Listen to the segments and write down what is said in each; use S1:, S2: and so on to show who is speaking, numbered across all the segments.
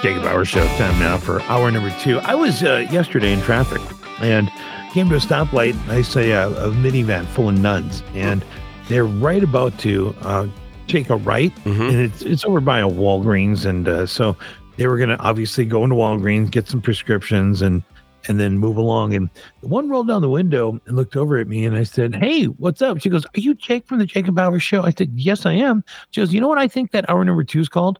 S1: Jacob Bauer Show. Time now for hour number two. I was uh, yesterday in traffic and came to a stoplight. I say uh, a minivan full of nuns, and they're right about to uh, take a right,
S2: Mhm.
S1: and it's it's over by a Walgreens, and uh, so they were going to obviously go into Walgreens, get some prescriptions, and and then move along. And the one rolled down the window and looked over at me, and I said, "Hey, what's up?" She goes, "Are you Jake from the Jacob Bauer Show?" I said, "Yes, I am." She goes, "You know what I think that hour number two is called?"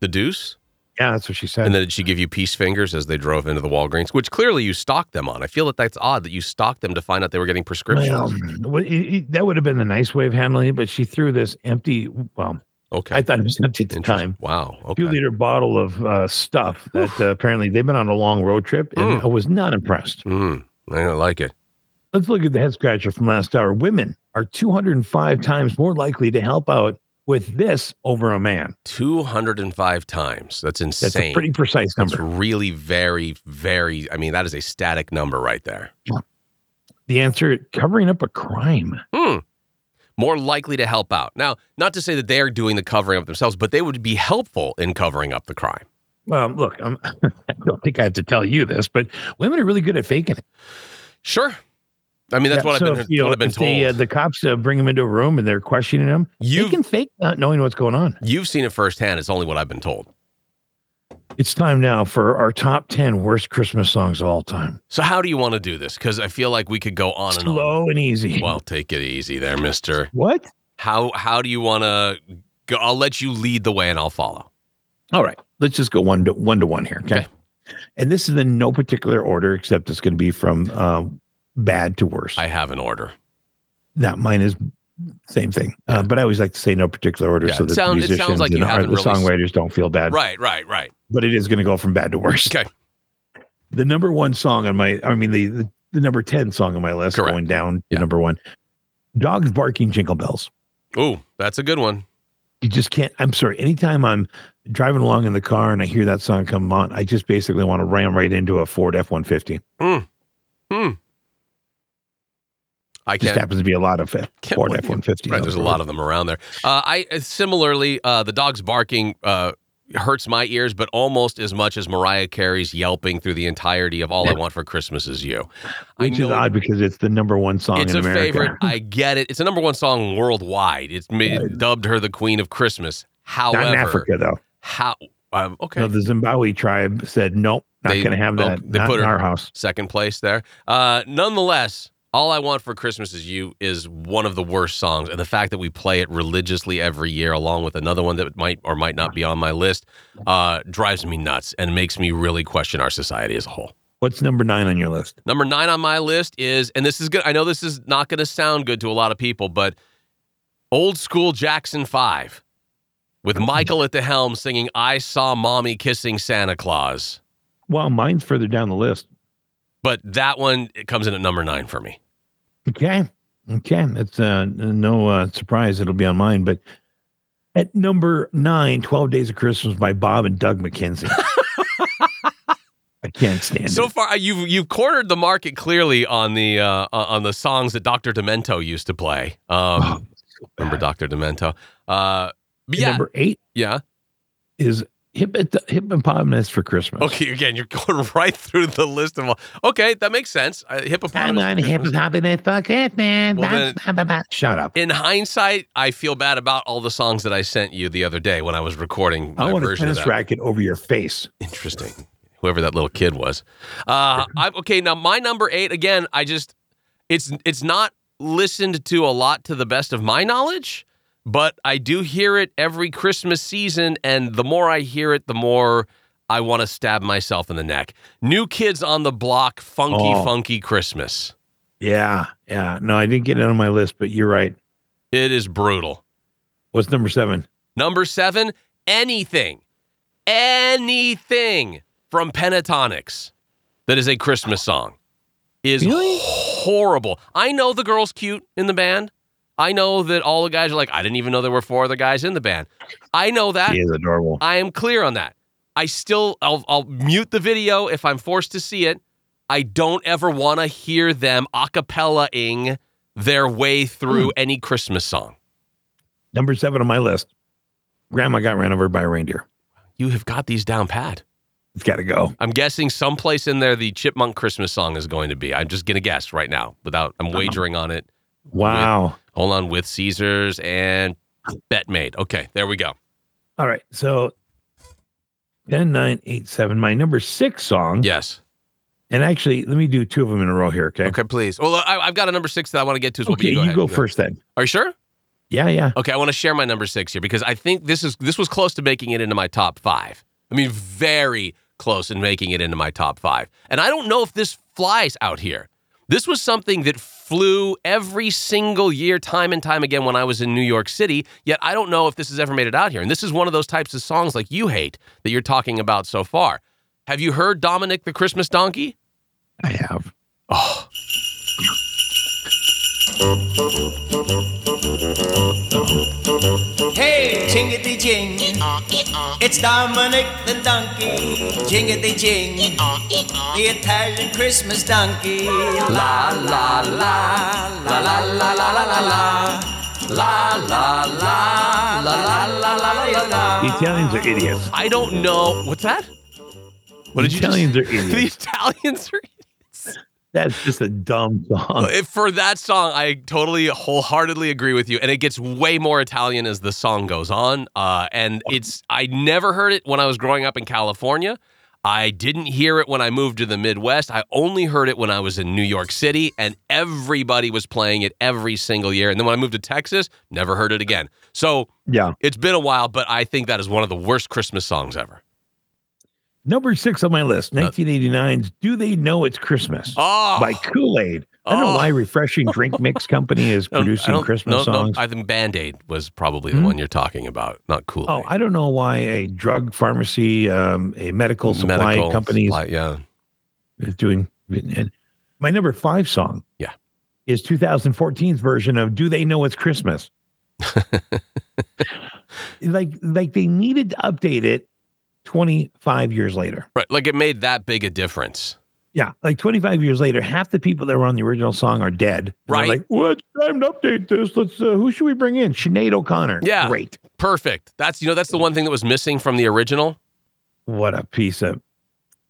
S2: The deuce?
S1: Yeah, that's what she said.
S2: And then did she give you peace fingers as they drove into the Walgreens, which clearly you stalked them on? I feel that that's odd that you stalked them to find out they were getting prescriptions.
S1: Well, w- it- it- that would have been the nice way of handling it, but she threw this empty, well,
S2: okay.
S1: I thought it was empty at the
S2: Interesting.
S1: time,
S2: Wow. Okay.
S1: two liter bottle of uh, stuff that uh, apparently they've been on a long road trip, and
S2: Mm.
S1: I was not impressed.
S2: Mm, I don't like it.
S1: Let's look at the head scratcher from last hour. Women are 205 times more likely to help out with this over a man.
S2: 205 times. That's insane.
S1: That's a pretty precise
S2: That's
S1: number.
S2: really very, very, I mean, that is a static number right there.
S1: The answer covering up a crime.
S2: Hmm. More likely to help out. Now, not to say that they are doing the covering up themselves, but they would be helpful in covering up the crime.
S1: Well, look, I'm, I don't think I have to tell you this, but women are really good at faking it.
S2: Sure. I mean, that's
S1: Yeah,
S2: what,
S1: so
S2: I've been,
S1: if, you
S2: what
S1: know,
S2: I've been
S1: if
S2: told.
S1: The, uh, the cops uh, bring him into a room and they're questioning him. You
S2: You've-
S1: can fake not knowing what's going on.
S2: You've seen it firsthand. It's only what I've been told.
S1: It's time now for our top 10 worst Christmas songs of all time.
S2: So, how do you want to do this? Because I feel like we could go on and on.
S1: Slow and easy.
S2: Well, take it easy there, mister.
S1: what?
S2: How how do you want to go? I'll let you lead the way and I'll follow.
S1: All right. Let's just go one to one, to one here. Okay?
S2: Okay.
S1: And this is in no particular order, except it's going to be from um, bad to worse.
S2: I have an order.
S1: Now, mine is same thing, uh, but I always like to say no particular order
S2: Yeah,
S1: so that
S2: it
S1: the
S2: sound- it sounds
S1: musicians
S2: like you
S1: and our,
S2: haven't
S1: the
S2: really s-
S1: songwriters don't feel bad.
S2: Right, right, right.
S1: but it is going to go from bad to worse.
S2: Okay.
S1: The number one song on my, I mean, the the, the number 10 song on my list
S2: Correct.
S1: going down to
S2: Yeah.
S1: number one Dogs Barking Jingle Bells.
S2: Ooh, that's a good one.
S1: You just can't, I'm sorry, anytime I'm driving along in the car and I hear that song come on, I just basically want to ram right into a Ford F 150.
S2: I
S1: Just
S2: can't.
S1: happens to be a lot of F-
S2: Can't
S1: Ford
S2: blame
S1: F
S2: you.
S1: 150.
S2: Right, there's a lot of them around there. Uh, I similarly, uh, the dog's barking uh, hurts my ears, but almost as much as Mariah Carey's yelping through the entirety of "All I Want for Christmas Is You." I
S1: Which is
S2: know-
S1: odd because it's the number one song
S2: It's
S1: in
S2: a
S1: America.
S2: favorite. I get it. It's a number one song worldwide. It's made,
S1: Right.
S2: dubbed her the Queen of Christmas. However,
S1: Not in Africa, though.
S2: how? Um, okay,
S1: No, the Zimbabwe tribe said, nope, not
S2: They-
S1: going to have
S2: oh,
S1: that.
S2: they
S1: not
S2: put
S1: in
S2: her-
S1: our house.
S2: second place there. Uh, nonetheless, all I want for Christmas is you is one of the worst songs, and the fact that we play it religiously every year, along with another one that might or might not be on my list, uh, drives me nuts and makes me really question our society as a whole.
S1: What's number nine on your list?
S2: Number nine on my list is, and this is good. I know this is not going to sound good to a lot of people, but old school Jackson Five with Michael at the helm singing "I Saw Mommy Kissing Santa Claus,"
S1: Well, mine's further down the list.
S2: but that one it comes in at number nine for me.
S1: Okay. Okay. It's uh, n- no uh, surprise it'll be on mine, but at number nine, 12 Days of Christmas by Bob and Doug McKenzie. I can't stand
S2: So
S1: it.
S2: far, you've you've cornered the market clearly on the uh, on the songs that Doctor Demento used to play.
S1: Oh,
S2: Um, remember Doctor Demento? Uh,
S1: And
S2: but yeah,
S1: Number eight
S2: yeah.
S1: is Hip Hippopotamus for Christmas.
S2: Okay, again, you're going right through the list of all. Okay, that makes sense. Uh, hippopotamus.
S1: on hippopotamus for Christmas.
S2: Well, then-
S1: Bah, bah, bah. Shut up.
S2: In hindsight, I feel bad about all the songs that I sent you the other day when I was recording my
S1: I want a
S2: version of
S1: tennis
S2: that.
S1: racket over your face.
S2: Interesting. Whoever that little kid was. Uh, I, okay, now my number eight again. I just it's it's not listened to a lot to the best of my knowledge, but I do hear it every Christmas season, and the more I hear it, the more I want to stab myself in the neck. New Kids on the Block, Funky
S1: Oh.
S2: Funky Christmas.
S1: Yeah. Yeah. No, I didn't get it on my list, but you're right.
S2: It is brutal.
S1: What's number seven?
S2: Number seven, anything, anything from Pentatonics that is a Christmas song is
S1: Really?
S2: horrible. I know the girl's cute in the band. I know that all the guys are like, I didn't even know there were four other guys in the band. I know that.
S1: He is adorable.
S2: I am clear on that. I still, I'll, I'll mute the video if I'm forced to see it. I don't ever want to hear them a cappella-ing their way through any Christmas song.
S1: Number seven on my list. Grandma got ran over by a reindeer.
S2: you have got these down pat.
S1: It's got to go.
S2: I'm guessing someplace in there the Chipmunk Christmas song is going to be. I'm just gonna guess right now without I'm
S1: Uh-huh.
S2: wagering on it.
S1: Wow.
S2: Hold on with Caesars and Bet Made. Okay, there we go.
S1: All right. So 10987, my number six song.
S2: Yes.
S1: And actually, let me do two of them in a row here. Okay.
S2: Okay, please. Well, I, I've got a number six that I want to get to as well. but
S1: Okay, you,
S2: ahead.
S1: go first then.
S2: Are you sure?
S1: Yeah, yeah.
S2: Okay, I want to share my number six here because I think this is this was close to making it into my top five. I mean, very close in making it into my top five. And I don't know if this flies out here. This was something that flew every single year, time and time again, when I was in New York City. Yet I don't know if this has ever made it out here. And this is one of those types of songs like you hate that you're talking about so far. Have you heard Dominic the Christmas Donkey?
S1: I have.
S2: Oh,
S3: Hey, jingity jing. It's Dominic the donkey. Jingity jing. The Italian Christmas donkey. La la la. La la la la la la la. La la la. La la la la la la.
S1: The Italians are idiots.
S2: I don't know. What's that? What did
S1: the
S2: you just-
S1: Italians are
S2: The
S1: idiots.
S2: Italians are
S1: That's just a dumb song.
S2: Uh, If for that song, I totally wholeheartedly agree with you, and it gets way more Italian as the song goes on. Uh, and it's I never heard it when I was growing up in California. I didn't hear it when I moved to the Midwest. I only heard it when I was in New York City, and everybody was playing it every single year. And then when I moved to Texas, never heard it again. So
S1: Yeah.
S2: it's been a while, but I think that is one of the worst Christmas songs ever.
S1: Number six on my list, 1989's Do They Know It's Christmas
S2: Uh, Oh,
S1: by Kool Aid. I don't know
S2: Oh.
S1: why Refreshing Drink Mix Company is
S2: I don't- I
S1: producing
S2: don't-
S1: Christmas
S2: no, no,
S1: songs.
S2: I think Band Aid was probably the
S1: Hmm?
S2: one you're talking about, not Cool.
S1: Oh, I don't know why a drug pharmacy, um, a medical supply company
S2: supply, yeah.
S1: is doing. And my number five song,
S2: Yeah.
S1: is 2014's version of "Do They Know It's Christmas." like, like they needed to update it 25 years later.
S2: Right. Like it made that big a difference.
S1: Yeah, like 25 years later, half the people that were on the original song are dead. And they're
S2: Right.
S1: Like, well, it's time to update this. Let's. Uh, who should we bring in? Sinead O'Connor.
S2: Yeah.
S1: Great.
S2: Perfect. That's you know, that's the one thing that was missing from the original.
S1: What a piece of.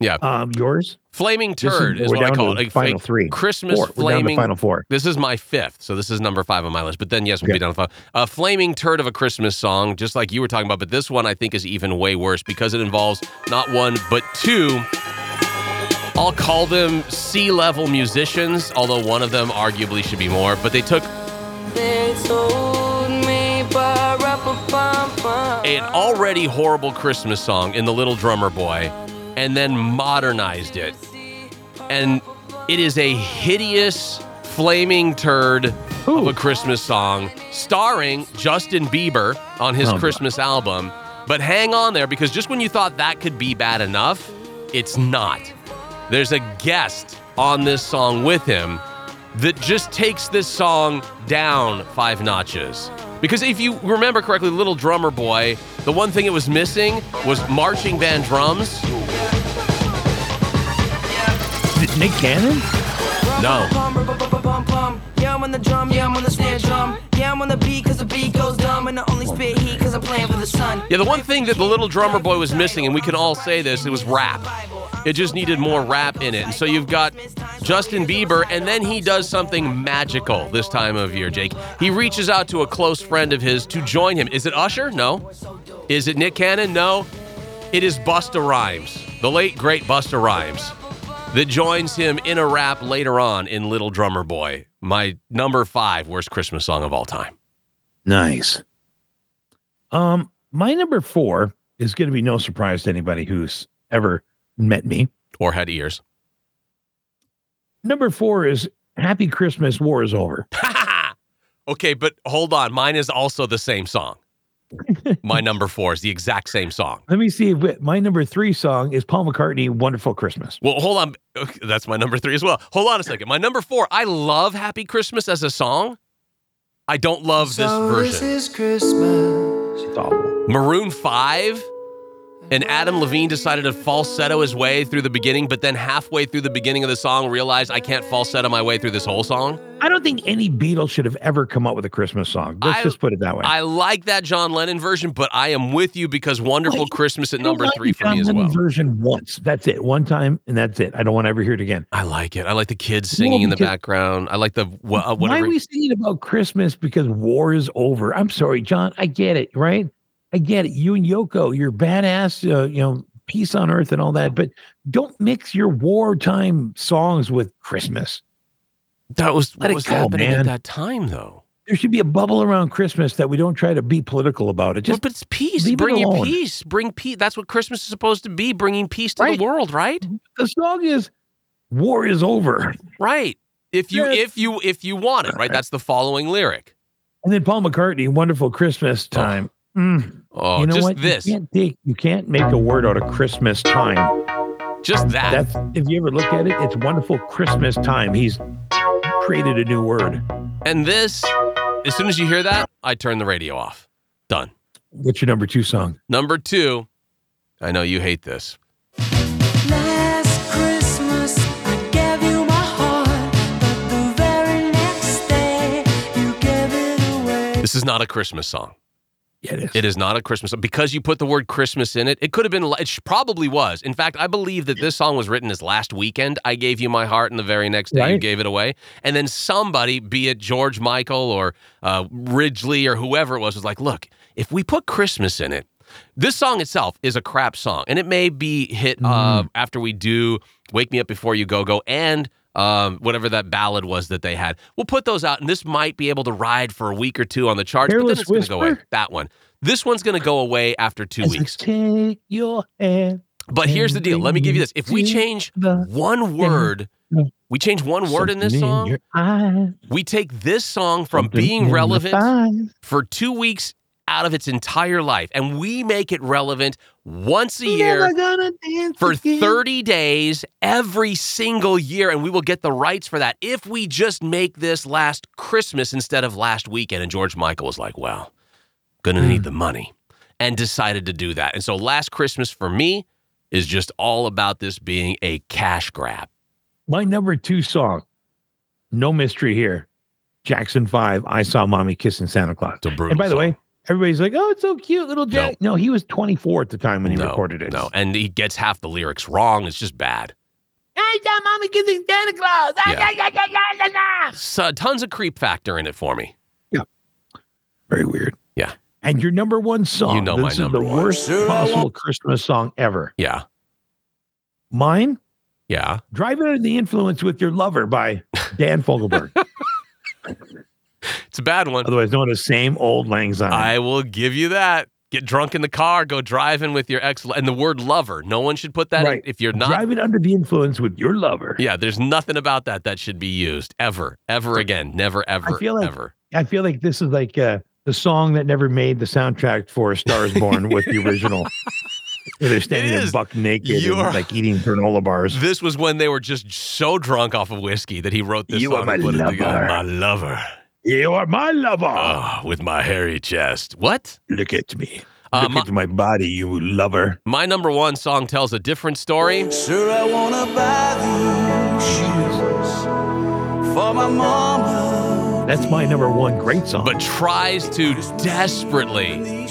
S2: Yeah.
S1: Um, yours.
S2: Flaming
S1: This is-
S2: turd is
S1: we're
S2: what I
S1: down
S2: call
S1: to
S2: it.
S1: the final
S2: fake
S1: three.
S2: Christmas
S1: Four. We're down to
S2: flaming.
S1: final four.
S2: This is my fifth, so this is number five on my list. But then yes, we'll
S1: Okay.
S2: be down to five. A flaming turd of a Christmas song, just like you were talking about, but this one I think is even way worse because it involves not one but two. I'll call them C level musicians, although one of them arguably should be more. But they took
S4: They told me, but
S2: an already horrible Christmas song in The Little Drummer Boy and then modernized it. And it is a hideous, flaming turd of
S1: Ooh.
S2: a Christmas song starring Justin Bieber on his
S1: Oh, boy.
S2: Christmas album. But hang on there because just when you thought that could be bad enough, it's not. There's a guest on this song with him that just takes this song down five notches. Because if you remember correctly, Little Drummer Boy, the one thing it was missing was marching band drums.
S1: Nick Cannon?
S2: No.
S4: Yeah, I'm on the drum, yeah, I'm on the snare drum. Yeah, I'm on the beat, cause the beat goes dumb. And I only spit heat, cause I'm playing for the sun.
S2: Yeah, the one thing that the Little Drummer Boy was missing, and we can all say this, it was rap. It just needed more rap in it. And so you've got Justin Bieber, and then he does something magical this time of year, Jake. He reaches out to a close friend of his to join him. Is it Usher? No. Is it Nick Cannon? No. It is Busta Rhymes, the late great Busta Rhymes, that joins him in a rap later on in Little Drummer Boy, my number five worst Christmas song of all time.
S1: Nice. Um, my number four is going to be no surprise to anybody who's ever met me.
S2: Or had ears.
S1: Number four is Happy Christmas, War is Over.
S2: okay, but hold on. Mine is also the same song. My number four is the exact same song.
S1: Let me see if it- my number three song is Paul McCartney, Wonderful Christmas.
S2: Well, hold on. Okay, That's my number three as well. Hold on a second. My number four, I love Happy Christmas as a song. I don't love this version.
S5: This is Christmas.
S1: It's awful.
S2: Maroon 5 And Adam Levine decided to falsetto his way through the beginning, but then halfway through the beginning of the song realized I can't falsetto my way through this whole song.
S1: I don't think any Beatles should have ever come up with a Christmas song. Let's
S2: I-
S1: just put it that way.
S2: I like that John Lennon version, but I am with you because Wonderful
S1: Wait,
S2: Christmas at
S1: I don't
S2: number
S1: like
S2: three
S1: the
S2: for me
S1: John
S2: as
S1: Lennon
S2: well.
S1: Version once. That's it. One time, and that's it. I don't want to ever hear it again.
S2: I like it. I like the kids singing
S1: No,
S2: in the
S1: because-
S2: background. I like the wha-
S1: Why
S2: uh, whatever.
S1: are we singing about Christmas? Because war is over. I'm sorry, John. I get it, right? I get it. You and Yoko, you're badass. Uh, you know, peace on earth and all that. But don't mix your wartime songs with Christmas.
S2: that was what
S1: Let it
S2: was
S1: go,
S2: happening at
S1: man.
S2: that time, though.
S1: There should be a bubble around Christmas that we don't try to be political about. It
S2: But-
S1: just
S2: but it's peace.
S1: leave it
S2: Bring you
S1: alone.
S2: peace. Bring peace. That's what Christmas is supposed to be bringing peace to
S1: Right. Mm-hmm.
S2: the world, right?
S1: the song is war is over.
S2: Right. If you
S1: Yes.
S2: if you if you want it, right? That's the following lyric.
S1: And then Paul McCartney, wonderful Christmas time. Mm.
S2: Oh,
S1: you know
S2: just
S1: what?
S2: this.
S1: You can't, take, you can't make a word out of Christmas time.
S2: Just that.
S1: That's if you ever look at it, it's wonderful Christmas time. He's created a new word.
S2: and this, as soon as you hear that, I turn the radio off. Done.
S1: What's your number two song?
S2: Number two, I know you hate this.
S5: Last Christmas I gave you my heart, but the very next day you gave it away.
S2: This is not a Christmas song.
S1: Yeah, it is.
S2: It is not a Christmas song because you put the word Christmas in it. It could have been. It sh- probably was. In fact, I believe that this song was written as last weekend. I gave you my heart, and the very next day you
S1: Right.
S2: gave it away. And then somebody, be it George Michael or uh, Ridgely or whoever it was, was like, "Look, if we put Christmas in it, this song itself is a crap song, and it may be hit uh,
S1: Mm.
S2: after we do "Wake Me Up Before You Go Go" and um, whatever that ballad was that they had. We'll put those out, and this might be able to ride for a week or two on the charts, but then
S1: Careless
S2: it's going to go away.
S1: Whisper?
S2: That one. This one's going to go away after two
S1: As I
S2: weeks.
S1: Take your hand.
S2: But here's the deal. Let me give you this. If we
S1: to
S2: change
S1: the
S2: one word, we change one word in this
S1: something
S2: song,
S1: your eyes,
S2: we take this song from
S1: something in
S2: being
S1: your
S2: relevant
S1: eyes.
S2: for two weeks out of its entire life, and we make it relevant once a year
S1: Never gonna dance
S2: for
S1: again.
S2: 30 days every single year, and we will get the rights for that if we just make this last Christmas instead of last weekend. And George Michael was like, well, gonna
S1: Hmm.
S2: need the money, and decided to do that. And so last Christmas for me is just all about this being a cash grab.
S1: My number two song, no mystery here. Jackson Five. I saw mommy kissing Santa Claus.
S2: It's a brutal
S1: And by the
S2: song.
S1: way, everybody's like, "Oh, it's so cute, little Jack." No, he was 24 at the time when he
S2: no,
S1: recorded it.
S2: No, and he gets half the lyrics wrong. It's just bad.
S1: I saw mommy kissing Santa Claus. Ah,
S2: Yeah.
S1: yeah, yeah, yeah, yeah, yeah.
S2: So, tons of creep factor in it for me.
S1: Very weird.
S2: Yeah.
S1: And your number one song.
S2: You know
S1: this
S2: my
S1: is
S2: number
S1: the
S2: one.
S1: worst possible Christmas song ever.
S2: Yeah,
S1: Mine,
S2: yeah.
S1: "Drive Under the Influence with Your Lover" by Dan Fogelberg,
S2: It's a bad one.
S1: otherwise known as "Same Old Lang Syne."
S2: I will give you that. Get drunk in the car, go driving with your ex, and the word lover. No one should put that
S1: Right.
S2: in if you're not.
S1: "Driving Under the Influence with Your Lover."
S2: Yeah, there's nothing about that that should be used ever, ever again, never, ever,
S1: feel like-
S2: ever.
S1: I feel like this is like uh, the song that never made the soundtrack for A Star is Born with the original. Where they're standing
S2: is.
S1: in buck naked
S2: You
S1: and
S2: are-
S1: like eating granola bars.
S2: This was when they were just so drunk off of whiskey that he wrote this
S1: You
S2: song
S1: are
S2: and
S1: my
S2: put it together.
S1: lover.
S2: My lover,
S1: You are my lover.
S2: oh, with my hairy chest. What?
S1: Look at me.
S2: Uh,
S1: Look
S2: my-
S1: at my body, you lover.
S2: My number one song tells a different story.
S3: Sure, I wanna buy these shoes for my mama.
S1: That's my number one great song.
S2: but tries to desperately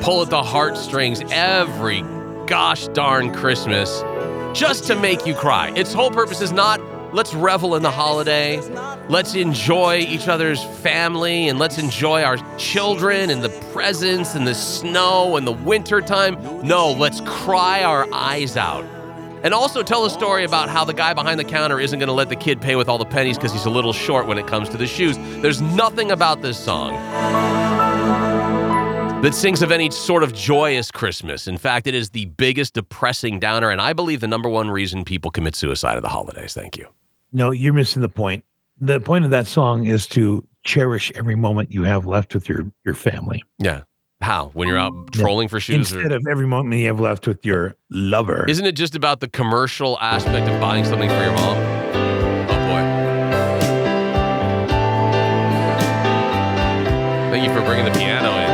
S2: pull at the heartstrings every gosh darn Christmas just to make you cry. Its whole purpose is not let's revel in the holiday, let's enjoy each other's family, and let's enjoy our children and the presents and the snow and the wintertime. No, let's cry our eyes out. And also tell a story about how the guy behind the counter isn't going to let the kid pay with all the pennies because he's a little short when it comes to the shoes. There's nothing about this song that sings of any sort of joyous Christmas. In fact, it is the biggest depressing downer, and I believe the number one reason people commit suicide at the holidays. Thank you.
S1: no, you're missing the point. The point of that song is to cherish every moment you have left with your your family
S2: Yeah. How? When you're out trolling for shoes?
S1: instead
S2: Or,
S1: of every moment you have left with your lover.
S2: isn't it just about the commercial aspect of buying something for your mom? Oh, boy. Thank you for bringing the piano in.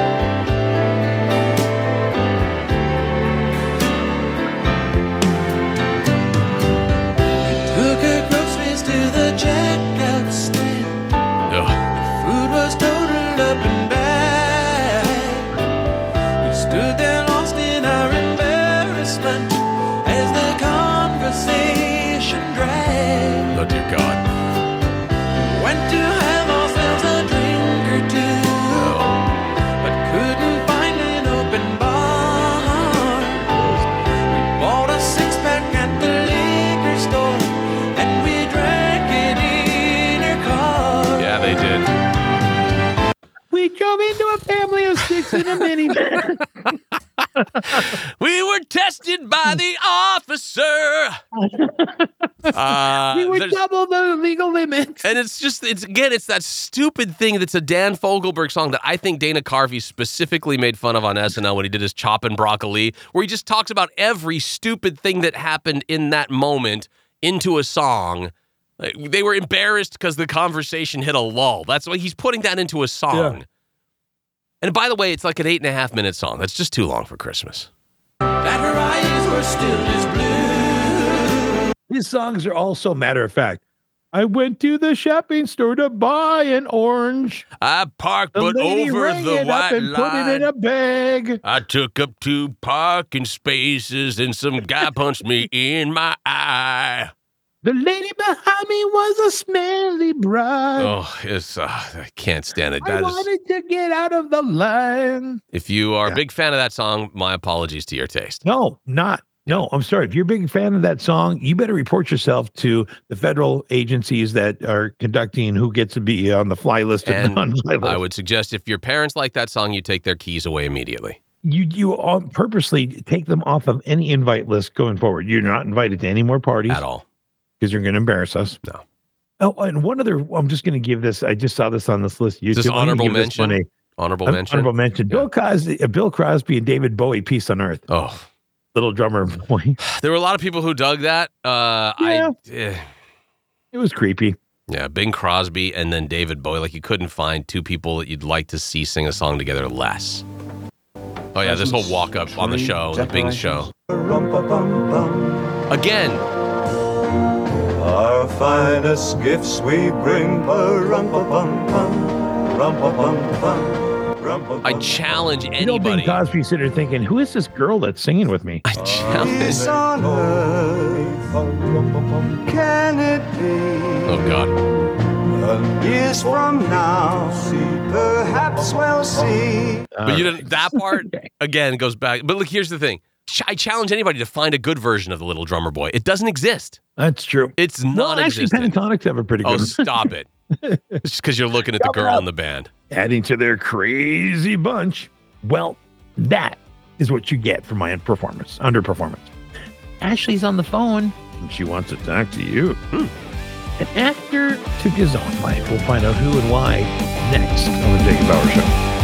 S6: Stood there lost in our embarrassment as the conversation dragged.
S2: Oh, dear God.
S6: Went to have ourselves a drink or two, but couldn't find an open bar. We bought a six pack at the liquor store and we drank it in her car.
S2: Yeah, they did.
S1: We drove into a family of six in a minivan.
S2: We were tested by the officer. Uh,
S1: we were
S2: there's-
S1: double the legal limit.
S2: and it's just, it's again, it's that stupid thing that's a Dan Fogelberg song that I think Dana Carvey specifically made fun of on SNL when he did his Chop and Broccoli, where he just talks about every stupid thing that happened in that moment into a song. Like, they were embarrassed because the conversation hit a lull. That's why he's putting that into a song. And by the way, it's like an eight and a half minute song. That's just too long for Christmas.
S6: That her eyes were still as blue.
S1: His songs are also matter of fact. I went to the shopping store to buy an orange.
S2: I parked,
S1: The
S2: but
S1: lady
S2: over
S1: rang
S2: the
S1: it up
S2: white
S1: and put it in
S2: line.
S1: a bag.
S2: I took up two parking spaces, and some guy punched me in my eye.
S1: The lady behind me was a smelly bride.
S2: Oh, it's uh, I can't stand it.
S1: I
S2: That is,
S1: wanted to get out of the line.
S2: if you are a
S1: Yeah.
S2: big fan of that song, my apologies to your taste.
S1: No, not. No, I'm sorry. If you're a big fan of that song, you better report yourself to the federal agencies that are conducting who gets to be on the fly list and
S2: And
S1: non-fly
S2: I
S1: list.
S2: would suggest if your parents like that song, you take their keys away immediately.
S1: you you on purposely take them off of any invite list going forward. You're not invited to any more parties
S2: At all.
S1: because you're going to embarrass us.
S2: No.
S1: Oh, and one other. I'm just going to give this. I just saw this on this list. YouTube.
S2: this
S1: I'm gonna
S2: honorable
S1: give this
S2: mention?
S1: one a-
S2: Honorable
S1: an
S2: mention.
S1: Honorable mention. Bill Cosby, uh, Bill Crosby, and David Bowie. Peace on Earth.
S2: Oh,
S1: Little drummer boy.
S2: there were a lot of people who dug that. Uh, I, eh.
S1: It was creepy.
S2: Yeah, Bing Crosby and then David Bowie. Like you couldn't find two people that you'd like to see sing a song together less. Oh yeah, this whole walk up on the show, the Bing show.
S7: Rum-pa-bum-bum.
S2: Again,
S7: Our finest gifts we bring. Rum-pa-bum-bum. Rum-pa-bum-bum. Rum-pa-bum-bum.
S2: I challenge
S1: You know, Bing
S2: anybody.
S1: Cosby's sitting there thinking, who is this girl that's singing with me?
S2: I challenge.
S7: on earth can it be?
S2: Oh god.
S7: Years from now, perhaps we'll see.
S2: But
S1: Uh,
S2: you didn't. That part again goes back. But look, here's the thing. Ch- I challenge anybody to find a good version of the Little Drummer Boy. It doesn't exist.
S1: That's true.
S2: It's
S1: Well, actually,
S2: non-existent.
S1: Pentatonics have a pretty
S2: oh,
S1: good
S2: stop it. It's just because you're looking at the girl in the band.
S1: adding to their crazy bunch. Well, that is what you get for my performance, underperformance. Ashley's on the phone and she wants to talk to you. Hmm. And after took his own life, we'll find out who and why next on the Jacob Bauer Show.